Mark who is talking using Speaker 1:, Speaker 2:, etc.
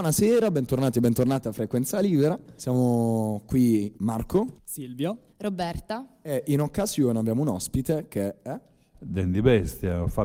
Speaker 1: Buonasera, bentornati e bentornate a Frequenza Libera. Siamo qui Marco
Speaker 2: Silvio,
Speaker 3: Roberta,
Speaker 1: e in occasione abbiamo un ospite che è...
Speaker 4: Dandy Bestia,